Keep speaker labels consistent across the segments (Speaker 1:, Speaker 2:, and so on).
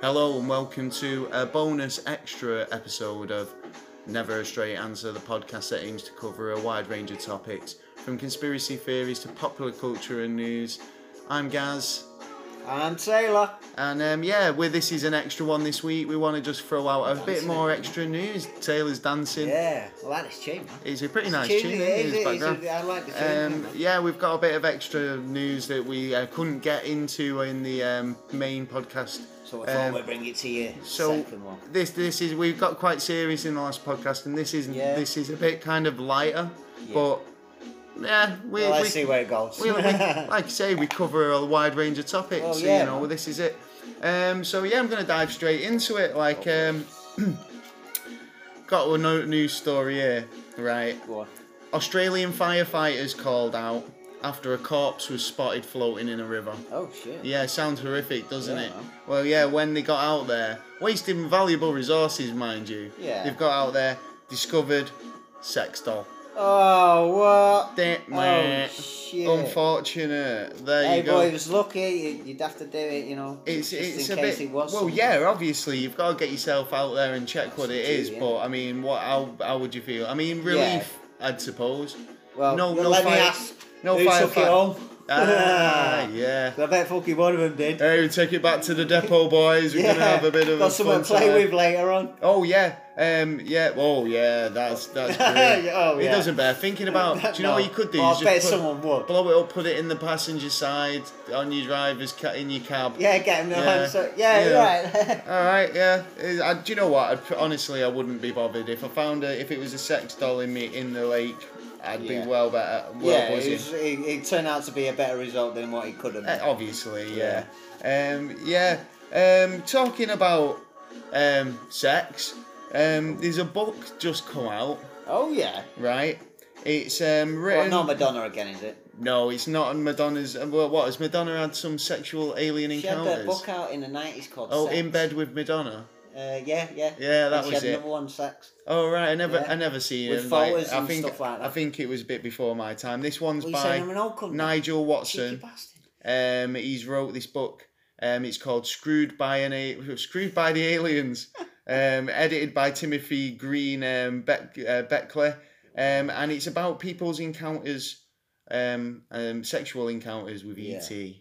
Speaker 1: Hello and welcome to a bonus extra episode of Never a Straight Answer, the podcast that aims to cover a wide range of topics from conspiracy theories to popular culture and news. I'm Gaz,
Speaker 2: And Taylor.
Speaker 1: and um, yeah, well, this is an extra one this week. We want to just throw out a bit
Speaker 2: Dancing.
Speaker 1: more extra news. Taylor's dancing.
Speaker 2: Yeah, I like this tune, man.
Speaker 1: It's a pretty nice
Speaker 2: tune,
Speaker 1: tune.
Speaker 2: it
Speaker 1: isn't
Speaker 2: is,
Speaker 1: It's
Speaker 2: it is,
Speaker 1: background.
Speaker 2: it- I like the tune,
Speaker 1: Um,
Speaker 2: yeah.
Speaker 1: yeah, we've got a bit of extra news that we uh, couldn't get into in the um, main podcast.
Speaker 2: So I thought
Speaker 1: Um,
Speaker 2: we'd bring it to you.
Speaker 1: so
Speaker 2: second one.
Speaker 1: this this is we've got quite serious in the last podcast, and this is
Speaker 2: Yeah.
Speaker 1: this is a bit kind of lighter,
Speaker 2: Yeah.
Speaker 1: but yeah, we,
Speaker 2: Well,
Speaker 1: we-
Speaker 2: let's see where it goes.
Speaker 1: we, we- like I say, we cover a wide range of topics.
Speaker 2: Oh,
Speaker 1: you
Speaker 2: yeah.
Speaker 1: know, this is it. Um, so yeah, I'm gonna dive straight into it. Like, um, got a no- news story here, right?
Speaker 2: Go on.
Speaker 1: Australian firefighters called out after a corpse was spotted floating in a river.
Speaker 2: Oh shit.
Speaker 1: Yeah, sounds horrific, doesn't it?
Speaker 2: Yeah.
Speaker 1: Well, yeah, when they got out there, wasting valuable resources, mind you.
Speaker 2: Yeah.
Speaker 1: They've got out there, discovered sex doll.
Speaker 2: Oh what?
Speaker 1: Damn,
Speaker 2: oh
Speaker 1: mate.
Speaker 2: shit.
Speaker 1: Unfortunate. There
Speaker 2: Hey
Speaker 1: you go.
Speaker 2: boy, if it was lucky. you- You'd have to do it, you know.
Speaker 1: it's
Speaker 2: just
Speaker 1: it's a
Speaker 2: in case
Speaker 1: bit
Speaker 2: it was.
Speaker 1: well
Speaker 2: something.
Speaker 1: yeah obviously you've got to get yourself out there and check what it
Speaker 2: what you do,
Speaker 1: is
Speaker 2: yeah.
Speaker 1: but I mean what how, how would you feel I mean relief I'd suppose
Speaker 2: Well,
Speaker 1: no
Speaker 2: well,
Speaker 1: no
Speaker 2: let me
Speaker 1: fire,
Speaker 2: ask.
Speaker 1: no
Speaker 2: who
Speaker 1: fire
Speaker 2: took it home?
Speaker 1: ah yeah
Speaker 2: I bet fucking one of them did.
Speaker 1: hey we take it back to the depot boys we're gonna have a bit of
Speaker 2: Got
Speaker 1: a
Speaker 2: someone
Speaker 1: fun
Speaker 2: to play
Speaker 1: time.
Speaker 2: with later on.
Speaker 1: Oh yeah, um, yeah. Oh yeah, that's that's. Brilliant.
Speaker 2: Oh,
Speaker 1: It
Speaker 2: yeah.
Speaker 1: doesn't bear thinking about. Oh, Do you know
Speaker 2: No.
Speaker 1: what you could do?
Speaker 2: Well,
Speaker 1: Is
Speaker 2: Oh, I bet
Speaker 1: put-
Speaker 2: someone would.
Speaker 1: Blow it up, put it in the passenger side on your driver's ca- in your cab.
Speaker 2: Yeah, get him the
Speaker 1: Yeah.
Speaker 2: hand. So, yeah,
Speaker 1: Yeah.
Speaker 2: you're right.
Speaker 1: All right, yeah. Is- I, do you know what? I'd, pr- honestly, I wouldn't be bothered if I found a, if it was a sex doll in me in the lake. I'd
Speaker 2: Yeah.
Speaker 1: be well better. Well
Speaker 2: yeah, it,
Speaker 1: buzzing.
Speaker 2: was, it, it turned out to be a better result than what it could have
Speaker 1: Uh,
Speaker 2: been.
Speaker 1: obviously, yeah. Um, yeah. Um, talking about um, sex, um, there's a book just come out.
Speaker 2: Oh, yeah.
Speaker 1: right? It's um,
Speaker 2: Well,
Speaker 1: written.
Speaker 2: not Madonna again, is it?
Speaker 1: no, it's not on Madonna's. uh, Well, what has Madonna had some sexual alien
Speaker 2: She had
Speaker 1: encounters?
Speaker 2: that book out in the 90s called
Speaker 1: oh,
Speaker 2: Sex.
Speaker 1: in bed with Madonna.
Speaker 2: Uh, yeah, yeah.
Speaker 1: Yeah, that
Speaker 2: and she
Speaker 1: was
Speaker 2: had
Speaker 1: it.
Speaker 2: another one, Sex.
Speaker 1: Oh right, I never,
Speaker 2: Yeah.
Speaker 1: I never seen
Speaker 2: With
Speaker 1: him. like,
Speaker 2: photos
Speaker 1: I
Speaker 2: and
Speaker 1: think,
Speaker 2: stuff like that.
Speaker 1: I think it was a bit before my time. This one's
Speaker 2: Well, you saying I'm
Speaker 1: by
Speaker 2: an old cunt.
Speaker 1: Nigel
Speaker 2: Cheeky
Speaker 1: Watson.
Speaker 2: bastard.
Speaker 1: Um, he's wrote this book. Um, it's called "Screwed by an A- Screwed by the Aliens." um, edited by Timothy Green um, Beck, uh, Beckley, um, and it's about people's encounters, um, um, sexual encounters with E
Speaker 2: Yeah.
Speaker 1: ET.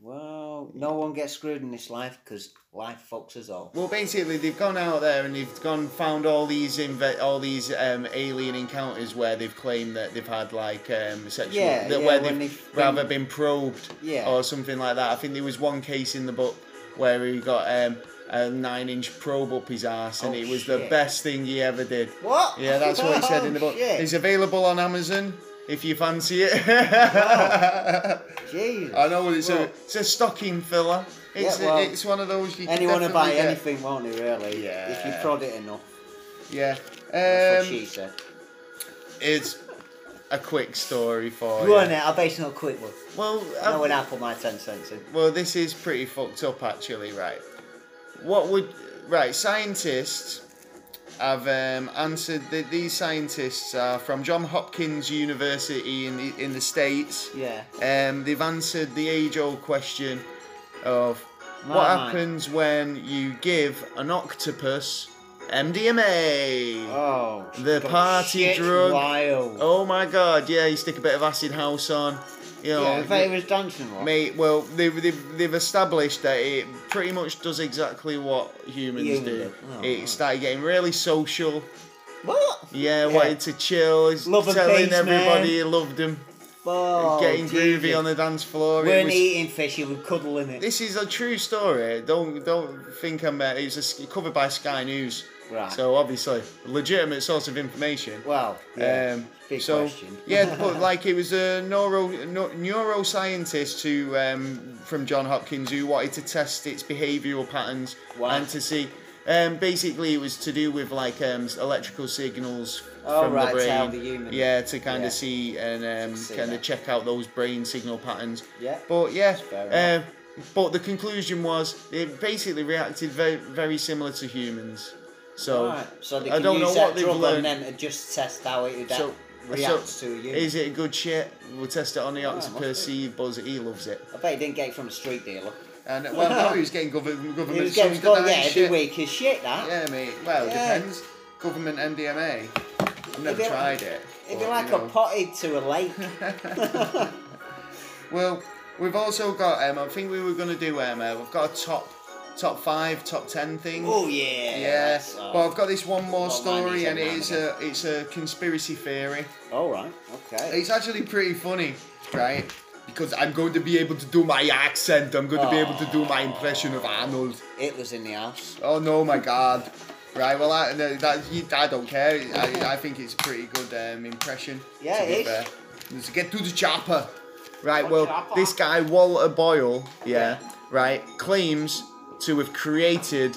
Speaker 2: Well, no one gets screwed in this life because life fucks us all.
Speaker 1: Well, basically, they've gone out there and they've gone found all these inve- all these um, alien encounters where they've claimed that they've had like um, sexual
Speaker 2: Yeah,
Speaker 1: that
Speaker 2: yeah,
Speaker 1: where
Speaker 2: when
Speaker 1: they've,
Speaker 2: they've
Speaker 1: rather been probed
Speaker 2: Yeah.
Speaker 1: or something like that. I think there was one case in the book where he got um, a nine-inch probe up his ass, and
Speaker 2: Oh,
Speaker 1: it was the
Speaker 2: shit.
Speaker 1: best thing he ever did.
Speaker 2: What?
Speaker 1: Yeah, that's what he said in the
Speaker 2: Oh,
Speaker 1: book.
Speaker 2: shit.
Speaker 1: It's available on Amazon if you fancy it.
Speaker 2: Jesus.
Speaker 1: I know it's a
Speaker 2: Well,
Speaker 1: it's a stocking filler. It's
Speaker 2: Yeah, well,
Speaker 1: a, it's one of those you can
Speaker 2: Anyone will buy
Speaker 1: definitely get.
Speaker 2: anything, won't they, really?
Speaker 1: Yeah.
Speaker 2: If you prod it enough.
Speaker 1: Yeah.
Speaker 2: That's what
Speaker 1: Um,
Speaker 2: she said.
Speaker 1: it's a quick story for
Speaker 2: Run
Speaker 1: you.
Speaker 2: it, I bet it's not a quick one.
Speaker 1: Well,
Speaker 2: No one
Speaker 1: um,
Speaker 2: I'll put my 10 cents in.
Speaker 1: well, this is pretty fucked up, actually. Right. What would right scientists have um, answered? That these scientists are from John Hopkins University in the in the states.
Speaker 2: Yeah.
Speaker 1: Um, they've answered the age-old question of
Speaker 2: My
Speaker 1: what
Speaker 2: mind.
Speaker 1: happens when you give an octopus MDMA.
Speaker 2: Oh.
Speaker 1: The
Speaker 2: God,
Speaker 1: party
Speaker 2: shit's
Speaker 1: drug.
Speaker 2: Wild.
Speaker 1: Oh my god, yeah, you stick a bit of acid house on. You know,
Speaker 2: yeah, if it was dancing one.
Speaker 1: mate, well, they've, they've, they've established that it pretty much does exactly what humans
Speaker 2: Human
Speaker 1: do.
Speaker 2: do. Oh,
Speaker 1: it
Speaker 2: right.
Speaker 1: started getting really social.
Speaker 2: What?
Speaker 1: Yeah,
Speaker 2: Yeah.
Speaker 1: wanted to chill. It's
Speaker 2: Love and
Speaker 1: telling
Speaker 2: peace,
Speaker 1: everybody
Speaker 2: man.
Speaker 1: he loved them.
Speaker 2: Oh,
Speaker 1: getting
Speaker 2: Jesus.
Speaker 1: groovy on the dance floor.
Speaker 2: We
Speaker 1: It
Speaker 2: weren't
Speaker 1: was-
Speaker 2: eating fish, you were cuddling it.
Speaker 1: this is a true story. Don't don't think I'm. Uh, it's a, s- covered by Sky News.
Speaker 2: Right.
Speaker 1: So obviously, legitimate source of information.
Speaker 2: Well, yeah.
Speaker 1: Um,
Speaker 2: Big
Speaker 1: so,
Speaker 2: question.
Speaker 1: yeah, but like it was a neuro, no, neuroscientist who um, from John Hopkins who wanted to test its behavioural patterns
Speaker 2: Wow.
Speaker 1: and to see. Um, basically, it was to do with like um, electrical signals
Speaker 2: Oh,
Speaker 1: from
Speaker 2: right,
Speaker 1: the
Speaker 2: to
Speaker 1: brain.
Speaker 2: how the human-
Speaker 1: yeah, to kind
Speaker 2: yeah.
Speaker 1: of see and um,
Speaker 2: See
Speaker 1: kind of
Speaker 2: that.
Speaker 1: check out those brain signal patterns.
Speaker 2: Yeah.
Speaker 1: But yeah,
Speaker 2: fair
Speaker 1: um, but the conclusion was it basically reacted very, very similar to humans. So
Speaker 2: Right. So they
Speaker 1: I
Speaker 2: can
Speaker 1: don't
Speaker 2: use
Speaker 1: know
Speaker 2: that
Speaker 1: what they've
Speaker 2: drug on
Speaker 1: learned.
Speaker 2: them to just test how it would
Speaker 1: So
Speaker 2: act. reacts to you.
Speaker 1: Is it good shit? We'll test it on the
Speaker 2: Oh, it
Speaker 1: Ox
Speaker 2: must be.
Speaker 1: Perceived Buzz. He loves it.
Speaker 2: I bet he didn't get it from a street dealer.
Speaker 1: And well, no, he was getting government government
Speaker 2: He was getting
Speaker 1: subsidised
Speaker 2: got, yeah, every
Speaker 1: shit.
Speaker 2: week is shit that.
Speaker 1: Yeah, mate. Well,
Speaker 2: Yeah.
Speaker 1: it depends. Government MDMA. I've never
Speaker 2: If it-
Speaker 1: tried it.
Speaker 2: It'd be
Speaker 1: but,
Speaker 2: like
Speaker 1: you
Speaker 2: a
Speaker 1: know.
Speaker 2: potted to a lake.
Speaker 1: Well, we've also got. Um, I think we were going to do. Um, uh, we've got a top, top five, top ten thing.
Speaker 2: oh yeah.
Speaker 1: yeah.
Speaker 2: that's,
Speaker 1: But
Speaker 2: uh,
Speaker 1: I've got this one more
Speaker 2: Well, mine
Speaker 1: story,
Speaker 2: is
Speaker 1: and
Speaker 2: every
Speaker 1: it
Speaker 2: now
Speaker 1: is
Speaker 2: and
Speaker 1: a it's a conspiracy theory.
Speaker 2: All right. Okay.
Speaker 1: It's actually pretty funny, right? Because I'm going to be able to do my accent. I'm going to be able to do my impression of Arnold.
Speaker 2: It was in the house.
Speaker 1: Oh no, my God! Right, well, I, no, that, you, I don't care. I, I think it's a pretty good um, impression.
Speaker 2: Yeah,
Speaker 1: to be
Speaker 2: it is.
Speaker 1: fair. Let's get to the chopper. Right,
Speaker 2: The
Speaker 1: well,
Speaker 2: chopper.
Speaker 1: this guy Walter Boyle, yeah,
Speaker 2: Yeah.
Speaker 1: right, claims to have created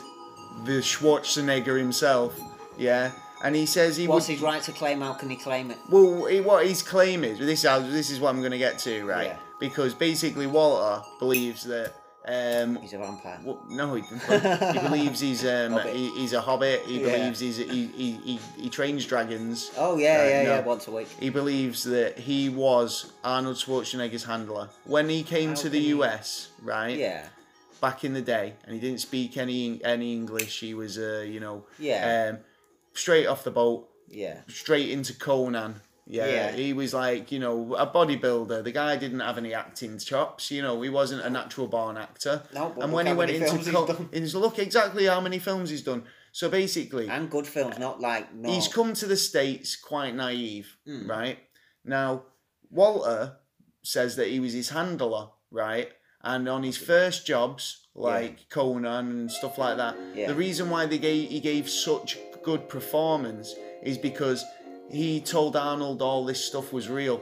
Speaker 1: the Schwarzenegger himself, yeah, and he says he
Speaker 2: What's
Speaker 1: would.
Speaker 2: his right to claim? How can he claim it?
Speaker 1: Well, he, what his claim is this is how, this is what I'm going to get to, right?
Speaker 2: Yeah.
Speaker 1: Because basically, Walter believes that. Um,
Speaker 2: He's a vampire.
Speaker 1: well, no, he, he believes he's um,
Speaker 2: Hobbit.
Speaker 1: he, he's a hobbit. He
Speaker 2: Yeah.
Speaker 1: believes he's he, he, he, he trains dragons.
Speaker 2: Oh yeah,
Speaker 1: Right,
Speaker 2: yeah,
Speaker 1: Uh, no.
Speaker 2: yeah. Once a week.
Speaker 1: He believes that he was Arnold Schwarzenegger's handler when he came
Speaker 2: How
Speaker 1: to
Speaker 2: can
Speaker 1: the
Speaker 2: he-
Speaker 1: US, right?
Speaker 2: Yeah.
Speaker 1: Back in the day, and he didn't speak any any English. He was, uh, you know,
Speaker 2: Yeah.
Speaker 1: um, straight off the boat,
Speaker 2: Yeah.
Speaker 1: straight into Conan. Yeah,
Speaker 2: Yeah.
Speaker 1: he was like, you know, a bodybuilder. The guy didn't have any acting chops. You know, he wasn't a natural born actor.
Speaker 2: No, but
Speaker 1: and
Speaker 2: look
Speaker 1: when
Speaker 2: how
Speaker 1: he went
Speaker 2: many films
Speaker 1: into
Speaker 2: he's
Speaker 1: Co-
Speaker 2: done.
Speaker 1: he's look exactly how many films he's done. So basically,
Speaker 2: And good films, not like no.
Speaker 1: he's come to the states quite naive,
Speaker 2: Hmm.
Speaker 1: right? Now, Walter says that he was his handler, right? And on his first jobs, like Conan and stuff like that,
Speaker 2: Yeah.
Speaker 1: the reason why they gave, he gave such good performance is because he told Arnold all this stuff was real.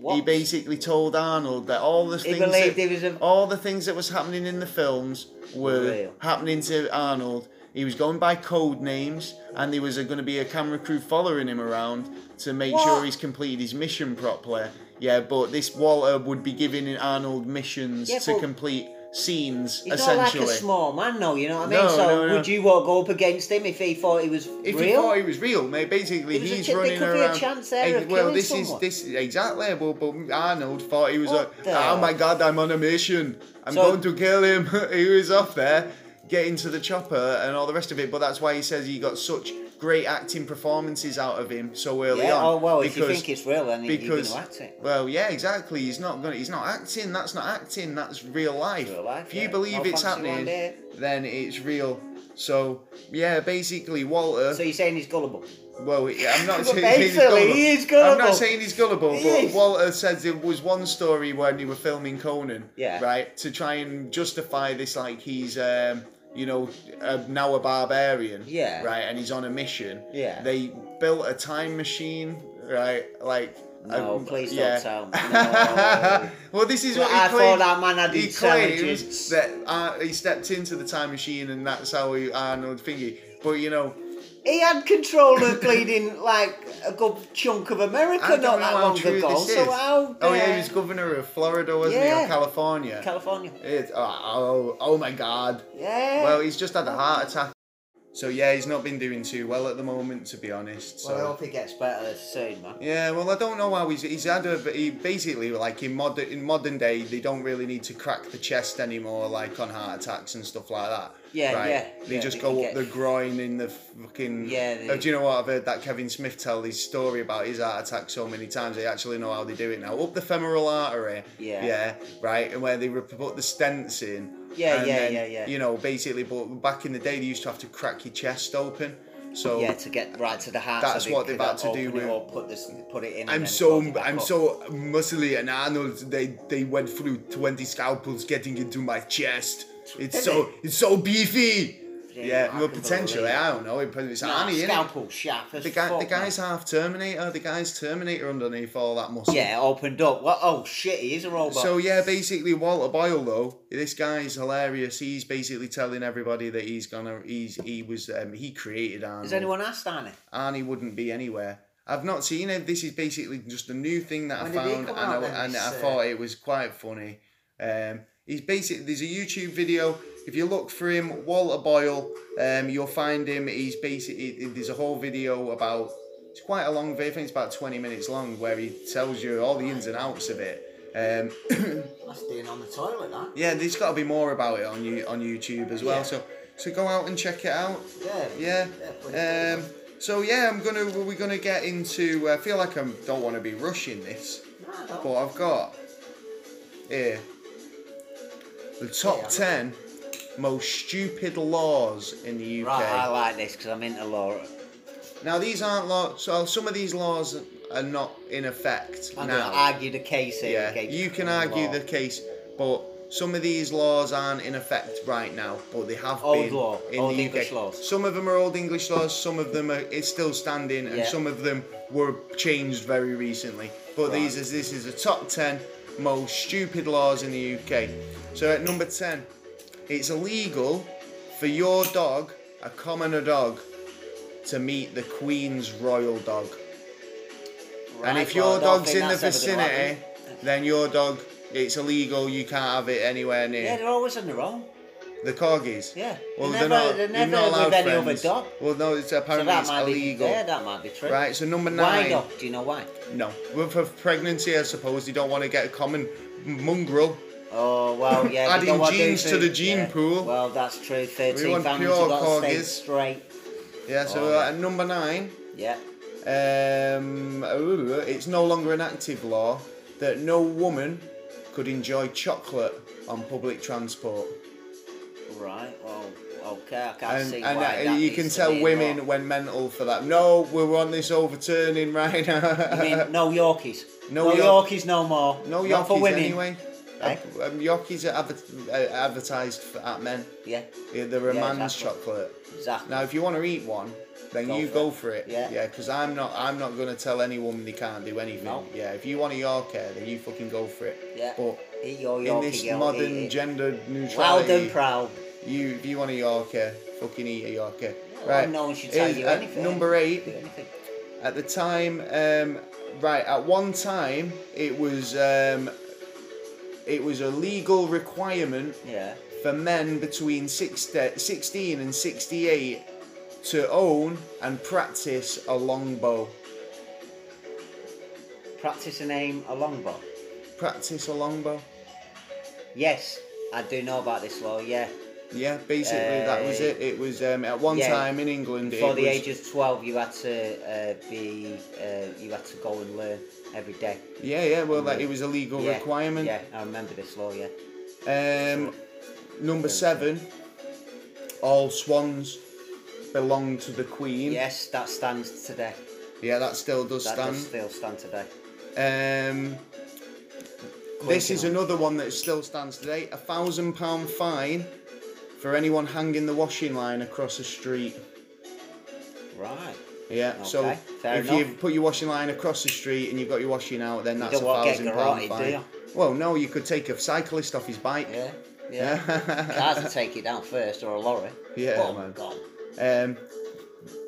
Speaker 2: What?
Speaker 1: He basically told Arnold that all the
Speaker 2: He
Speaker 1: E things
Speaker 2: believed
Speaker 1: that-
Speaker 2: he was a.
Speaker 1: all the things that was happening in the films were
Speaker 2: Real.
Speaker 1: happening to Arnold. He was going by code names, and there was going to be a camera crew following him around to make sure
Speaker 2: What?
Speaker 1: he's completed his mission properly. Yeah, but this Walter would be giving Arnold missions
Speaker 2: Yeah,
Speaker 1: to
Speaker 2: but-
Speaker 1: complete scenes,
Speaker 2: He's not like
Speaker 1: essentially.
Speaker 2: a small man, though. You know what I mean?
Speaker 1: No,
Speaker 2: so
Speaker 1: no, no.
Speaker 2: would you walk up against him if he thought he was
Speaker 1: if
Speaker 2: real?
Speaker 1: he thought he was real, mate, basically
Speaker 2: There was a
Speaker 1: he's
Speaker 2: ch- there
Speaker 1: running
Speaker 2: could be a
Speaker 1: around.
Speaker 2: chance there
Speaker 1: Eh,
Speaker 2: of
Speaker 1: well,
Speaker 2: killing
Speaker 1: this
Speaker 2: someone.
Speaker 1: is this exactly. Well, but Arnold thought he was
Speaker 2: What
Speaker 1: like,
Speaker 2: the-
Speaker 1: oh my god, I'm on a mission. I'm
Speaker 2: So-
Speaker 1: going to kill him. he was off there, getting to the chopper and all the rest of it. But that's why he says he got such great acting performances out of him so early
Speaker 2: yeah.
Speaker 1: on.
Speaker 2: Oh well, if you
Speaker 1: because-
Speaker 2: think it's real, then you- you're going
Speaker 1: because
Speaker 2: to act it.
Speaker 1: well yeah exactly he's not gonna he's not acting that's not acting that's real life,
Speaker 2: Real life,
Speaker 1: if you
Speaker 2: yeah.
Speaker 1: believe
Speaker 2: No
Speaker 1: it's
Speaker 2: fancy one
Speaker 1: happening
Speaker 2: there.
Speaker 1: then it's real so yeah basically walter
Speaker 2: So you're saying he's gullible?
Speaker 1: well i'm not
Speaker 2: But
Speaker 1: saying he's
Speaker 2: basically,
Speaker 1: gullible.
Speaker 2: he is
Speaker 1: i'm not
Speaker 2: gullible.
Speaker 1: saying he's gullible
Speaker 2: He
Speaker 1: but
Speaker 2: is.
Speaker 1: walter says there was one story when they were filming conan
Speaker 2: Yeah.
Speaker 1: right to try and justify this like he's um you know uh, now a barbarian
Speaker 2: Yeah.
Speaker 1: right and he's on a mission
Speaker 2: Yeah.
Speaker 1: they built a time machine right like
Speaker 2: No,
Speaker 1: um,
Speaker 2: please
Speaker 1: yeah.
Speaker 2: don't tell me. No.
Speaker 1: well, this is
Speaker 2: But
Speaker 1: what
Speaker 2: I
Speaker 1: he claimed.
Speaker 2: thought that man had
Speaker 1: he claims
Speaker 2: intelligence.
Speaker 1: that uh, he stepped into the time machine and that's how he Arnold thingy. But you know,
Speaker 2: He had control of bleeding like a good chunk of America
Speaker 1: I don't
Speaker 2: not
Speaker 1: know
Speaker 2: that
Speaker 1: how
Speaker 2: long
Speaker 1: true
Speaker 2: ago.
Speaker 1: this is.
Speaker 2: So how?
Speaker 1: oh yeah,
Speaker 2: dare-
Speaker 1: he was governor of Florida, wasn't he,
Speaker 2: Yeah.
Speaker 1: or California?
Speaker 2: California.
Speaker 1: It's- oh, oh, oh my God.
Speaker 2: Yeah.
Speaker 1: Well, he's just had a heart attack. So yeah, he's not been doing too well at the moment, to be honest. So.
Speaker 2: Well, I hope he gets better soon, man.
Speaker 1: Yeah, well, I don't know how he's he's had a but he basically like in modern in modern day they don't really need to crack the chest anymore like on heart attacks and stuff like that.
Speaker 2: Yeah, yeah,
Speaker 1: They
Speaker 2: yeah,
Speaker 1: just
Speaker 2: they
Speaker 1: go
Speaker 2: can
Speaker 1: up
Speaker 2: get-
Speaker 1: the groin in the fucking.
Speaker 2: Yeah, they-
Speaker 1: Oh, do you know what I've heard that Kevin Smith tell his story about his heart attack so many times they actually know how they do it now up the femoral artery.
Speaker 2: Yeah.
Speaker 1: Yeah. Right, and where they re- put the stents in.
Speaker 2: Yeah,
Speaker 1: and
Speaker 2: yeah,
Speaker 1: then,
Speaker 2: yeah, yeah.
Speaker 1: You know, basically, but back in the day they used to have to crack your chest open. So
Speaker 2: Yeah, to get right to the heart.
Speaker 1: That's
Speaker 2: so they
Speaker 1: what they're
Speaker 2: could
Speaker 1: about to do
Speaker 2: open it
Speaker 1: with-
Speaker 2: Or put this, put it in. and
Speaker 1: I'm
Speaker 2: then
Speaker 1: so
Speaker 2: close it back
Speaker 1: I'm
Speaker 2: up.
Speaker 1: so muscly and Arnold they they went through 20 scalpels getting into my chest. It's so it's so beefy. Yeah,
Speaker 2: Yeah, I
Speaker 1: well
Speaker 2: can
Speaker 1: potentially
Speaker 2: believe it.
Speaker 1: I don't know. It, it's
Speaker 2: Nah,
Speaker 1: Arnie, innit?
Speaker 2: scalpel sharp as
Speaker 1: The guy
Speaker 2: fuck,
Speaker 1: the
Speaker 2: man.
Speaker 1: guy's half Terminator. The guy's Terminator underneath all that muscle.
Speaker 2: Yeah, opened up. Well, oh shit, he is a robot.
Speaker 1: So yeah, basically Walter Boyle though, this guy's hilarious. He's basically telling everybody that he's gonna he's he was um, he created Arnold.
Speaker 2: Has anyone asked Arnie?
Speaker 1: Arnie wouldn't be anywhere. I've not seen it. This is basically just a new thing that
Speaker 2: When
Speaker 1: I
Speaker 2: did he
Speaker 1: found,
Speaker 2: come
Speaker 1: and, I,
Speaker 2: out then,
Speaker 1: and I
Speaker 2: this, uh,
Speaker 1: thought it was quite funny. Um, he's basically there's a YouTube video. If you look for him, Walter Boyle, um, you'll find him. He's basically there's a whole video about It's quite a long video. I think it's about 20 minutes long, where he tells you all the ins and outs of it. Um,
Speaker 2: That's doing on the toilet, that.
Speaker 1: yeah, there's got to be more about it on you on YouTube as well.
Speaker 2: Yeah.
Speaker 1: So so go out and check it out. Yeah.
Speaker 2: Yeah. please.
Speaker 1: Um, so yeah, I'm gonna we're gonna get into. I feel like I don't want to be rushing this,
Speaker 2: Right, oh.
Speaker 1: but I've got here the top
Speaker 2: Yeah.
Speaker 1: ten most stupid laws in the UK.
Speaker 2: Right, I like this because I'm into law.
Speaker 1: Now these aren't laws. So some of these laws are not in effect
Speaker 2: I'm going
Speaker 1: now.
Speaker 2: to argue the case here.
Speaker 1: yeah,
Speaker 2: against
Speaker 1: you can
Speaker 2: the
Speaker 1: argue
Speaker 2: law.
Speaker 1: the case, but some of these laws aren't in effect right now, but they have
Speaker 2: Old
Speaker 1: been
Speaker 2: law,
Speaker 1: in
Speaker 2: old
Speaker 1: the
Speaker 2: English
Speaker 1: UK.
Speaker 2: laws.
Speaker 1: Some of them are old English laws, some of them are it's still standing, and
Speaker 2: Yeah.
Speaker 1: some of them were changed very recently. But
Speaker 2: Right.
Speaker 1: these is this is the top ten most stupid laws in the UK. So at number ten, it's illegal for your dog, a commoner dog, to meet the Queen's royal dog. And
Speaker 2: Right,
Speaker 1: if
Speaker 2: well,
Speaker 1: your
Speaker 2: I don't
Speaker 1: dog's
Speaker 2: think
Speaker 1: in the
Speaker 2: that's ever gonna
Speaker 1: vicinity,
Speaker 2: happen.
Speaker 1: then your dog, it's illegal. You can't have it anywhere near
Speaker 2: Yeah, they're always on their own.
Speaker 1: the corgis.
Speaker 2: Yeah.
Speaker 1: Well,
Speaker 2: they're,
Speaker 1: they're,
Speaker 2: never,
Speaker 1: not.
Speaker 2: they're
Speaker 1: you're
Speaker 2: never
Speaker 1: not allowed
Speaker 2: with any other
Speaker 1: friends.
Speaker 2: dog.
Speaker 1: Well, no, it's
Speaker 2: So
Speaker 1: apparently
Speaker 2: that
Speaker 1: it's
Speaker 2: might
Speaker 1: illegal.
Speaker 2: be yeah, that might be true.
Speaker 1: Right. So number
Speaker 2: Why
Speaker 1: nine.
Speaker 2: dog? Do you know why?
Speaker 1: No. Well, for pregnancy, I suppose you don't want to get a common mongrel.
Speaker 2: Oh well, yeah. they
Speaker 1: Adding
Speaker 2: don't want
Speaker 1: genes to
Speaker 2: food.
Speaker 1: the gene
Speaker 2: Yeah.
Speaker 1: pool.
Speaker 2: Well, that's true. Thirteen
Speaker 1: want
Speaker 2: families
Speaker 1: pure
Speaker 2: have got to stay
Speaker 1: corgis.
Speaker 2: straight.
Speaker 1: Yeah. So
Speaker 2: Oh,
Speaker 1: uh,
Speaker 2: yeah.
Speaker 1: at number nine,
Speaker 2: Yeah.
Speaker 1: um, it's no longer an active law that no woman could enjoy chocolate on public transport.
Speaker 2: Right. Well, okay. I can't
Speaker 1: and,
Speaker 2: see
Speaker 1: and
Speaker 2: why
Speaker 1: uh,
Speaker 2: that
Speaker 1: you
Speaker 2: needs
Speaker 1: can
Speaker 2: to
Speaker 1: tell
Speaker 2: be
Speaker 1: women
Speaker 2: wrong.
Speaker 1: when mental for that. No, we want this overturning right now.
Speaker 2: I mean, no Yorkies.
Speaker 1: No
Speaker 2: No,
Speaker 1: York-
Speaker 2: Yorkies, no more.
Speaker 1: no
Speaker 2: Not for
Speaker 1: Yorkies
Speaker 2: women.
Speaker 1: anyway.
Speaker 2: Eh?
Speaker 1: Um, Yorkies are adver- uh, advertised for, at men.
Speaker 2: Yeah.
Speaker 1: Yeah, They're a
Speaker 2: Yeah,
Speaker 1: man's
Speaker 2: exactly.
Speaker 1: chocolate.
Speaker 2: Exactly.
Speaker 1: Now, if you want to eat one, then
Speaker 2: Go
Speaker 1: you
Speaker 2: for
Speaker 1: go
Speaker 2: it.
Speaker 1: for it.
Speaker 2: Yeah.
Speaker 1: Yeah, because I'm not. I'm not gonna tell any woman they can't do anything.
Speaker 2: No.
Speaker 1: Yeah. If you want a Yorkie, then you fucking go for it.
Speaker 2: Yeah.
Speaker 1: But
Speaker 2: Eat your
Speaker 1: in
Speaker 2: Yorkie
Speaker 1: this
Speaker 2: girl,
Speaker 1: modern
Speaker 2: eat it.
Speaker 1: gender
Speaker 2: Loud
Speaker 1: neutrality,
Speaker 2: and proud.
Speaker 1: you if you want a Yorkie, fucking eat a Yorkie.
Speaker 2: Well, No one should tell
Speaker 1: here's
Speaker 2: you
Speaker 1: at
Speaker 2: anything.
Speaker 1: Number eight.
Speaker 2: Do anything.
Speaker 1: at the time um, right at one time it was um, it was a legal requirement
Speaker 2: Yeah.
Speaker 1: for men between 60, 16 and 68 to own and practice a longbow
Speaker 2: Practice a name, a longbow.
Speaker 1: practice a longbow
Speaker 2: Yes, I do know about this law. Yeah.
Speaker 1: yeah basically that was
Speaker 2: Uh,
Speaker 1: it it was um, at one
Speaker 2: yeah.
Speaker 1: time in england
Speaker 2: Before
Speaker 1: it
Speaker 2: the
Speaker 1: was,
Speaker 2: age of twelve, you had to uh, be, uh, you had to go and learn every day.
Speaker 1: yeah yeah well that it was a legal
Speaker 2: yeah,
Speaker 1: requirement
Speaker 2: Yeah, I remember this law. Yeah.
Speaker 1: Um, number seven, all swans belong to the Queen.
Speaker 2: Yes, that stands today.
Speaker 1: Yeah, that still does
Speaker 2: That
Speaker 1: stand.
Speaker 2: does still stand today.
Speaker 1: Um, this is
Speaker 2: Queen.
Speaker 1: another one that still stands today. A thousand pound fine for anyone hanging the washing line across the street.
Speaker 2: Right.
Speaker 1: Yeah, so
Speaker 2: Okay, fair
Speaker 1: if
Speaker 2: enough.
Speaker 1: you put your washing line across the street and you've got your washing out, then that's
Speaker 2: don't
Speaker 1: a
Speaker 2: want to get
Speaker 1: thousand pound
Speaker 2: garroted, do
Speaker 1: fine.
Speaker 2: you?
Speaker 1: Well, no, you could take a cyclist off his bike.
Speaker 2: Yeah. Yeah. Cars will take it down first, or a lorry.
Speaker 1: Yeah,
Speaker 2: Oh
Speaker 1: man.
Speaker 2: God.
Speaker 1: Um,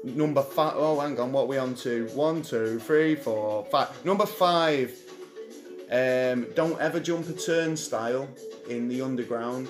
Speaker 1: number five. Oh, hang on. What are we on to? One, two, three, four, five. Number five. Um, don't ever jump a turnstile in the underground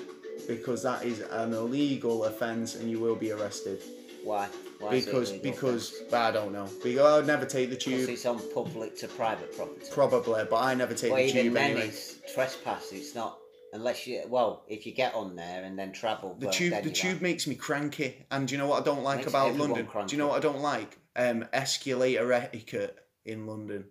Speaker 1: because that is an illegal offence and you will be arrested.
Speaker 2: Why? Why is it
Speaker 1: Because
Speaker 2: illegal
Speaker 1: because I don't know. Because I would never take the
Speaker 2: then?
Speaker 1: tube.
Speaker 2: 'Cause it's on public to private property.
Speaker 1: Probably, but I never take
Speaker 2: Well,
Speaker 1: the
Speaker 2: even
Speaker 1: tube
Speaker 2: then,
Speaker 1: anyway.
Speaker 2: it's trespass. It's not unless you. Well, if you get on there and then travel.
Speaker 1: The
Speaker 2: well,
Speaker 1: tube
Speaker 2: then
Speaker 1: the
Speaker 2: you
Speaker 1: tube makes me cranky. And do you know what I don't like
Speaker 2: Makes
Speaker 1: about
Speaker 2: everyone
Speaker 1: London? Do
Speaker 2: cranky.
Speaker 1: you know what I don't like? Um, escalator etiquette in London.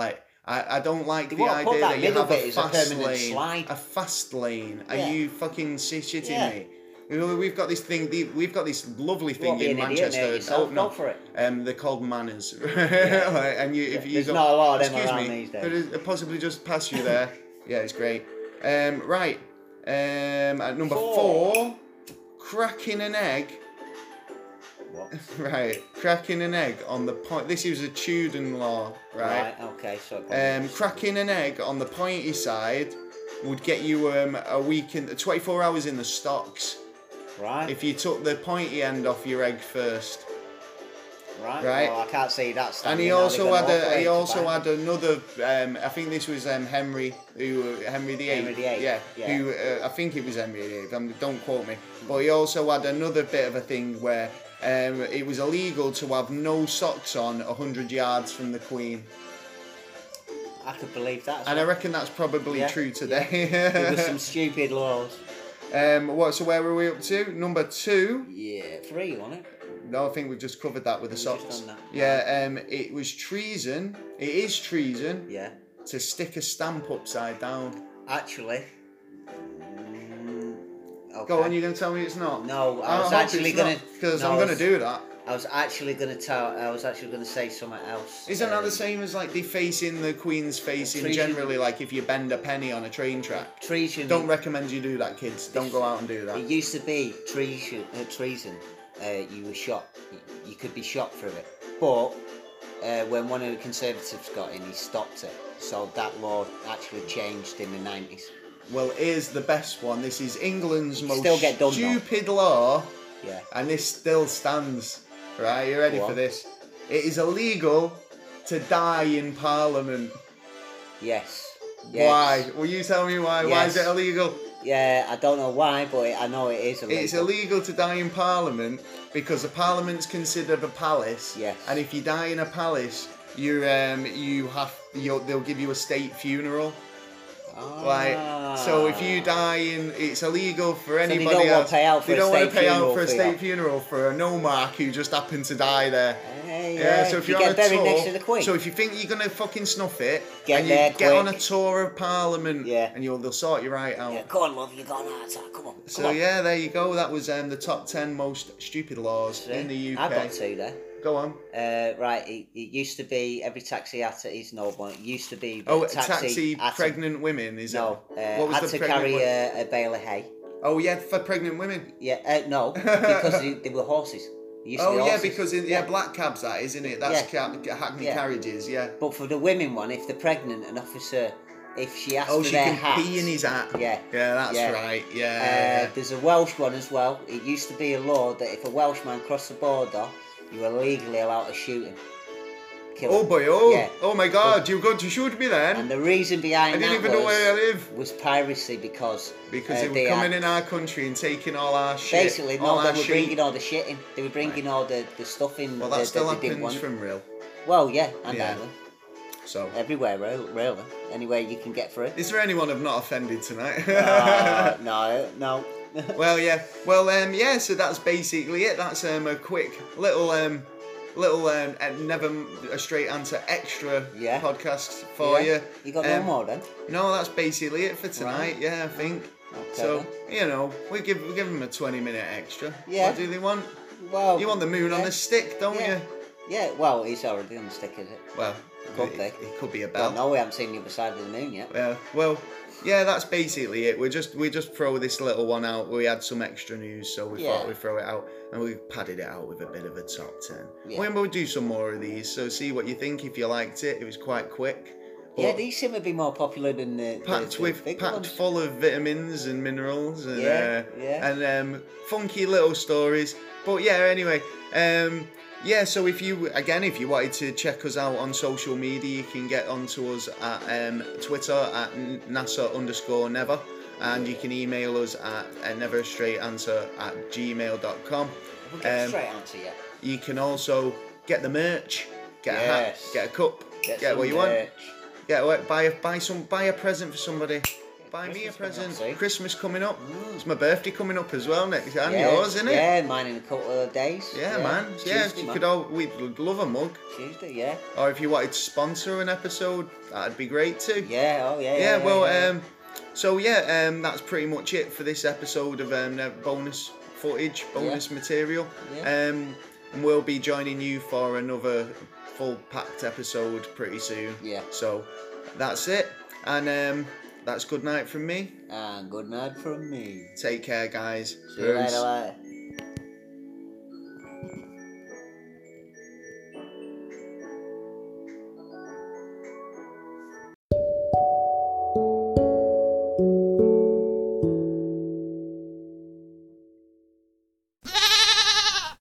Speaker 1: Like I, I don't like
Speaker 2: They
Speaker 1: the
Speaker 2: wanna put
Speaker 1: idea
Speaker 2: that
Speaker 1: that you
Speaker 2: middle
Speaker 1: have
Speaker 2: bit
Speaker 1: a
Speaker 2: as a
Speaker 1: fast
Speaker 2: permanent
Speaker 1: lane.
Speaker 2: slide.
Speaker 1: A fast lane.
Speaker 2: Yeah.
Speaker 1: Are you fucking shitting
Speaker 2: Yeah.
Speaker 1: me? You know, We've got this thing. the- We've got this lovely
Speaker 2: You won't
Speaker 1: thing in
Speaker 2: be an idiot
Speaker 1: Manchester.
Speaker 2: there yourself.
Speaker 1: Oh,
Speaker 2: Go
Speaker 1: no,
Speaker 2: for it.
Speaker 1: um, they're called manners. Like, and you, if you
Speaker 2: There's
Speaker 1: don't-
Speaker 2: not a lot of them
Speaker 1: excuse
Speaker 2: around
Speaker 1: me,
Speaker 2: these days.
Speaker 1: could it possibly just pass you there? yeah, it's great. Um, right, um, at number four.
Speaker 2: Four.
Speaker 1: cracking an egg.
Speaker 2: What?
Speaker 1: Right, cracking an egg on the point. This is a Tudor law, right?
Speaker 2: Right. Okay. So.
Speaker 1: Um, cracking an egg on the pointy side would get you um, a week in, 24 hours in the stocks
Speaker 2: Right.
Speaker 1: if you took the pointy end off your egg first.
Speaker 2: right.
Speaker 1: right.
Speaker 2: Well, I can't see that.
Speaker 1: And
Speaker 2: standing
Speaker 1: he
Speaker 2: now, they've
Speaker 1: also had
Speaker 2: got an awful
Speaker 1: a,
Speaker 2: way
Speaker 1: he
Speaker 2: to
Speaker 1: also
Speaker 2: buy.
Speaker 1: had another. Um, I think this was um, Henry who Henry the
Speaker 2: Henry
Speaker 1: Eighth.
Speaker 2: VIII,
Speaker 1: Yeah,
Speaker 2: yeah.
Speaker 1: Who uh, I think it was Henry the Eighth. Um, don't quote me. But he also had another bit of a thing where um, it was illegal to have no socks on 100 yards from the Queen.
Speaker 2: I could believe that. as
Speaker 1: And I
Speaker 2: well.
Speaker 1: reckon that's probably
Speaker 2: Yeah,
Speaker 1: true
Speaker 2: yeah.
Speaker 1: today.
Speaker 2: There were some stupid laws.
Speaker 1: um, what, so where were we up to? Number two.
Speaker 2: Yeah, three on it.
Speaker 1: No, I think we've just covered that with the
Speaker 2: We've just
Speaker 1: socks.
Speaker 2: done that.
Speaker 1: Yeah, um, it was treason. It is treason
Speaker 2: Yeah,
Speaker 1: to stick a stamp upside down.
Speaker 2: actually. mm, Okay.
Speaker 1: Go on, you're gonna tell me it's not.
Speaker 2: No, I
Speaker 1: I
Speaker 2: was
Speaker 1: hope
Speaker 2: actually
Speaker 1: it's not,
Speaker 2: gonna.
Speaker 1: because
Speaker 2: no,
Speaker 1: I'm
Speaker 2: I
Speaker 1: gonna
Speaker 2: was-
Speaker 1: do that.
Speaker 2: I was actually gonna tell. I was actually gonna say something else.
Speaker 1: Isn't that
Speaker 2: Um,
Speaker 1: the same as like defacing the Queen's face in
Speaker 2: Treason.
Speaker 1: generally? Like if you bend a penny on a train track.
Speaker 2: Treason.
Speaker 1: Don't recommend you do that, kids. Don't go out and do
Speaker 2: It
Speaker 1: that.
Speaker 2: used to be treason. Uh, treason. Uh, you were shot. You, you could be shot for it. But uh, when one of the Conservatives got in, he stopped it. So that law actually changed in the nineties.
Speaker 1: Well, here's the best one. This is England's most
Speaker 2: Still get done, though.
Speaker 1: stupid law,
Speaker 2: Yeah.
Speaker 1: and this still stands. Right, you ready
Speaker 2: Go
Speaker 1: for
Speaker 2: on.
Speaker 1: this? It is illegal to die in Parliament.
Speaker 2: Yes. yes.
Speaker 1: Why? Will you tell me why? Why is
Speaker 2: Yes.
Speaker 1: it illegal?
Speaker 2: Yeah, I don't know why, but it, I know it is illegal.
Speaker 1: It's illegal to die in Parliament because the Parliament's considered a palace.
Speaker 2: Yes.
Speaker 1: And if you die in a palace, you um you have you they'll give you a state funeral.
Speaker 2: Ah.
Speaker 1: Like so, if you die in, it's illegal for
Speaker 2: they
Speaker 1: anybody
Speaker 2: don't wanna
Speaker 1: else.
Speaker 2: pay out for
Speaker 1: they
Speaker 2: a
Speaker 1: don't wanna
Speaker 2: state
Speaker 1: pay out
Speaker 2: funeral
Speaker 1: for a
Speaker 2: for
Speaker 1: state
Speaker 2: you.
Speaker 1: funeral for a nomarch who just happened to die there.
Speaker 2: Hey,
Speaker 1: Yeah, so if
Speaker 2: you
Speaker 1: are
Speaker 2: get
Speaker 1: on a
Speaker 2: buried
Speaker 1: tour,
Speaker 2: next to the Queen.
Speaker 1: so if you think you're gonna fucking snuff it,
Speaker 2: Get
Speaker 1: and you
Speaker 2: there
Speaker 1: get on a
Speaker 2: quick.
Speaker 1: tour of Parliament,
Speaker 2: Yeah.
Speaker 1: and you'll they'll sort you right out.
Speaker 2: yeah, go on, love, you got an heart attack. Come on. come
Speaker 1: So
Speaker 2: on.
Speaker 1: yeah, there you go. That was um, the top ten most stupid laws
Speaker 2: See?
Speaker 1: in the UK.
Speaker 2: I've got two there.
Speaker 1: Go on.
Speaker 2: Uh, right, it, it used to be every taxi had to. It's no one. It used to be. that
Speaker 1: Oh, taxi,
Speaker 2: had to-
Speaker 1: pregnant women is
Speaker 2: No, uh,
Speaker 1: it? What was
Speaker 2: had
Speaker 1: the
Speaker 2: to
Speaker 1: pregnant
Speaker 2: carry
Speaker 1: one?
Speaker 2: a, a bale of hay.
Speaker 1: Oh yeah, for pregnant women.
Speaker 2: Yeah, uh, no, because they, they were horses. They used to be
Speaker 1: Oh yeah,
Speaker 2: horses.
Speaker 1: because in, yeah, black cabs that is, isn't it? That's ca- hackney
Speaker 2: Yeah.
Speaker 1: carriages, yeah.
Speaker 2: But for the women one, if they're pregnant, an officer, if she asks
Speaker 1: Oh,
Speaker 2: for
Speaker 1: she
Speaker 2: their
Speaker 1: can
Speaker 2: hat,
Speaker 1: pee in his hat.
Speaker 2: yeah.
Speaker 1: Yeah, that's
Speaker 2: Yeah.
Speaker 1: right.
Speaker 2: Uh,
Speaker 1: Yeah.
Speaker 2: There's a Welsh one as well. It used to be a law that if a Welshman crossed the border, you were legally allowed to shoot him. Kill
Speaker 1: oh
Speaker 2: him.
Speaker 1: boy, oh,
Speaker 2: Uh, Yeah.
Speaker 1: oh my God, you're going to shoot me then?
Speaker 2: And the reason
Speaker 1: I
Speaker 2: behind
Speaker 1: didn't
Speaker 2: that
Speaker 1: even
Speaker 2: was,
Speaker 1: know where I live
Speaker 2: was piracy because
Speaker 1: because
Speaker 2: uh,
Speaker 1: they were
Speaker 2: had-
Speaker 1: coming in our country and taking all our shit.
Speaker 2: Basically,
Speaker 1: all
Speaker 2: no,
Speaker 1: our
Speaker 2: they were
Speaker 1: sheep.
Speaker 2: bringing all the shit in. They were bringing all the, the stuff in.
Speaker 1: Well,
Speaker 2: that,
Speaker 1: that still
Speaker 2: that they didn't
Speaker 1: happens
Speaker 2: want.
Speaker 1: from real.
Speaker 2: Well, yeah, and
Speaker 1: Yeah.
Speaker 2: Ireland.
Speaker 1: So,
Speaker 2: Everywhere, re- really. Anywhere you can get through.
Speaker 1: is there anyone I've not offended tonight?
Speaker 2: uh, no, no.
Speaker 1: well yeah well um yeah so that's basically it that's um a quick little um little um uh, never m- a straight answer extra
Speaker 2: Yeah.
Speaker 1: podcast for
Speaker 2: Yeah.
Speaker 1: you
Speaker 2: You got
Speaker 1: Um,
Speaker 2: no more then?
Speaker 1: no that's basically it for tonight
Speaker 2: Right.
Speaker 1: yeah i think
Speaker 2: Okay,
Speaker 1: so you know we give we give them a 20 minute extra
Speaker 2: Yeah.
Speaker 1: what do they want
Speaker 2: then. Well,
Speaker 1: you want the moon on
Speaker 2: yeah.
Speaker 1: a stick don't
Speaker 2: Yeah.
Speaker 1: you
Speaker 2: Yeah, well, he's already on the stick, is it?
Speaker 1: well
Speaker 2: Could
Speaker 1: it,
Speaker 2: be.
Speaker 1: it could be a bell
Speaker 2: Well, no, we haven't seen the other side of the moon yet.
Speaker 1: Yeah, well, yeah, that's basically it. We just we just throw this little one out. We had some extra news, so we
Speaker 2: Yeah.
Speaker 1: thought we'd throw it out, and we padded it out with a bit of a top ten.
Speaker 2: Yeah.
Speaker 1: We'll, we'll do some more of these, so see what you think. If you liked it, it was quite quick.
Speaker 2: yeah,
Speaker 1: but
Speaker 2: these seem to be more popular than the. the-
Speaker 1: packed
Speaker 2: the
Speaker 1: with
Speaker 2: big
Speaker 1: packed
Speaker 2: ones.
Speaker 1: full of vitamins and minerals and
Speaker 2: Yeah,
Speaker 1: uh,
Speaker 2: yeah.
Speaker 1: and um, funky little stories. But yeah, anyway, um, yeah. So if you again, if you wanted to check us out on social media, you can get onto us at um, Twitter at n- NASA underscore never, and you can email us at uh, neverstraightanswer at gmail.com.
Speaker 2: We'll get
Speaker 1: um,
Speaker 2: straight answer yet.
Speaker 1: You can also get the merch, get
Speaker 2: Yes.
Speaker 1: a hat, get a cup, get,
Speaker 2: some
Speaker 1: what you want.
Speaker 2: merch.
Speaker 1: Yeah, well, buy a buy some buy a present for somebody. Buy me a
Speaker 2: Christmas coming
Speaker 1: present.
Speaker 2: up, see?
Speaker 1: Christmas coming up. Mm, It's my birthday coming up as well next. And yours, isn't it?
Speaker 2: Yeah, mine in a couple of days.
Speaker 1: Yeah, man. yeah,
Speaker 2: Tuesday,
Speaker 1: you
Speaker 2: man.
Speaker 1: could all we'd love a mug.
Speaker 2: Tuesday, yeah.
Speaker 1: Or if you wanted to sponsor an episode, that'd be great too.
Speaker 2: Yeah, oh, yeah.
Speaker 1: Yeah, well,
Speaker 2: yeah.
Speaker 1: um, so yeah, um, that's pretty much it for this episode of um, uh, bonus footage, bonus material.
Speaker 2: Yeah.
Speaker 1: Um, and we'll be joining you for another full packed episode pretty soon.
Speaker 2: Yeah.
Speaker 1: So that's it, and um, that's good night from me.
Speaker 2: And Ah, good night from me.
Speaker 1: Take care, guys.
Speaker 2: See you
Speaker 1: Peace.
Speaker 2: later, later.